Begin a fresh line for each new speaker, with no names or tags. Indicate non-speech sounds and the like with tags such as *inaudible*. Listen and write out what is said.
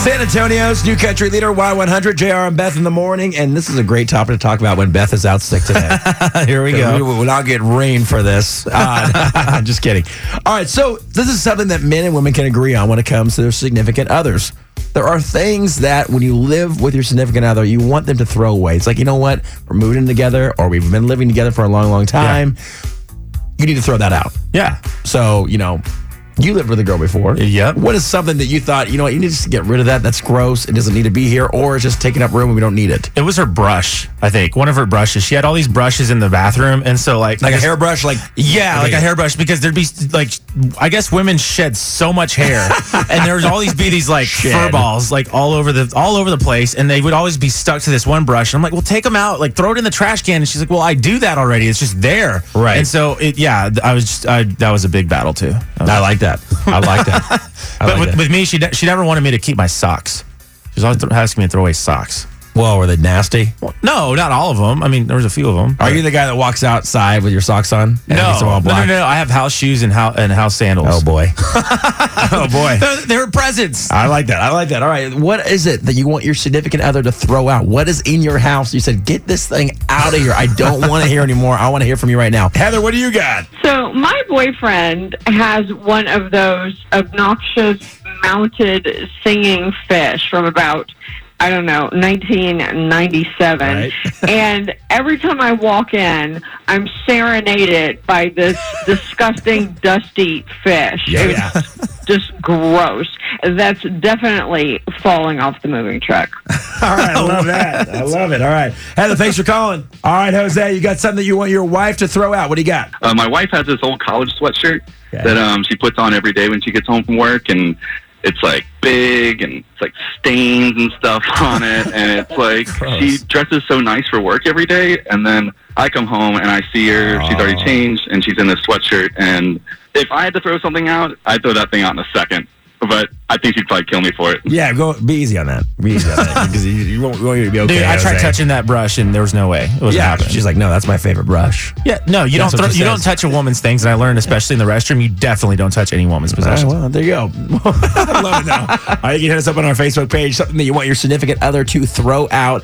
San Antonio's new country leader, Y100, JR and Beth in the morning. And this is a great topic to talk about when Beth is out sick today.
*laughs* Here we
We
go.
will not get rain for this. Uh, *laughs* just kidding. All right, so this is something that men and women can agree on when it comes to their significant others. There are things that when you live with your significant other, you want them to throw away. It's like, you know what? We're moving in together or we've been living together for a long, long time. You need to throw that out.
Yeah.
So, you know, you lived with a girl before.
Yep.
What is something that you thought, you know what, you need to just get rid of that? That's gross. It doesn't need to be here, or it's just taking up room and we don't need it.
It was her brush, I think. One of her brushes. She had all these brushes in the bathroom, and so like
Like
I
a
guess-
hairbrush, like
Yeah, like a
Okay.
hairbrush because there'd be like I guess women shed so
*laughs*
much hair, and there was always be these like fur
Shed.
balls like all over the all over the place, and they would always be stuck to this one brush. And I'm like, well, take them out, like throw it in the trash can. And she's like, well, I do that already. It's just there,
Right.
And so it, yeah, th- I was just I, that was a big battle too.
*laughs* I like that. I like that. *laughs* I
but
like
with,
that.
with me, she ne- she never wanted me to keep my socks. She was always th- asking me to throw away socks.
Whoa, are they nasty?
Well, no, not all of them. I mean, there was a few of them.
Are you the guy that walks outside with your socks on? And
No,
gets them all
no, no,
black?
no, I have house shoes and house and house sandals.
Oh boy. oh boy.
They're, they're presents.
I like that. I like that. All right. What is it that you want your significant other to throw out? What is in your house? You said, get this thing out of here. I don't want to hear anymore. I want to hear from you right now. Heather, what do you
*laughs*
got?
So my boyfriend has one of those obnoxious mounted singing fish from about I don't know 1997
Right.
*laughs* and every time I walk in I'm serenaded by this disgusting dusty fish
Yeah.
it's just gross that's definitely falling off the moving truck
All right, I *laughs* love that. I love it. All right. Heather, thanks for calling. All right, Jose, you got something that you want your wife to throw out. What do you got?
Uh, my wife has this old college sweatshirt
Okay.
that um, she puts on every day when she gets home from work, and it's like big and it's like stains and stuff *laughs* on it, and it's like she dresses so nice for work every day, and then I come home and I see her, she's already changed, and she's in this sweatshirt, and if I had to throw something out, I'd throw that thing out in a second, but I think she'd probably kill me for it.
Yeah, go be easy on that. Be easy on *laughs* that because you, you won't, you won't be okay.
Dude, I tried
Jose.
touching that brush and there was no way. It wasn't
Yeah,
happening.
she's like, no, that's my favorite brush.
yeah, no, you don't
That's what
throw,
she
you don't
says.
touch a woman's things, and I learned especially in the restroom, you definitely don't touch any woman's
All right,
possessions.
well, there you go.
*laughs*
I love it now. All right, you can hit us up on our Facebook page, something that you want your significant other to throw out.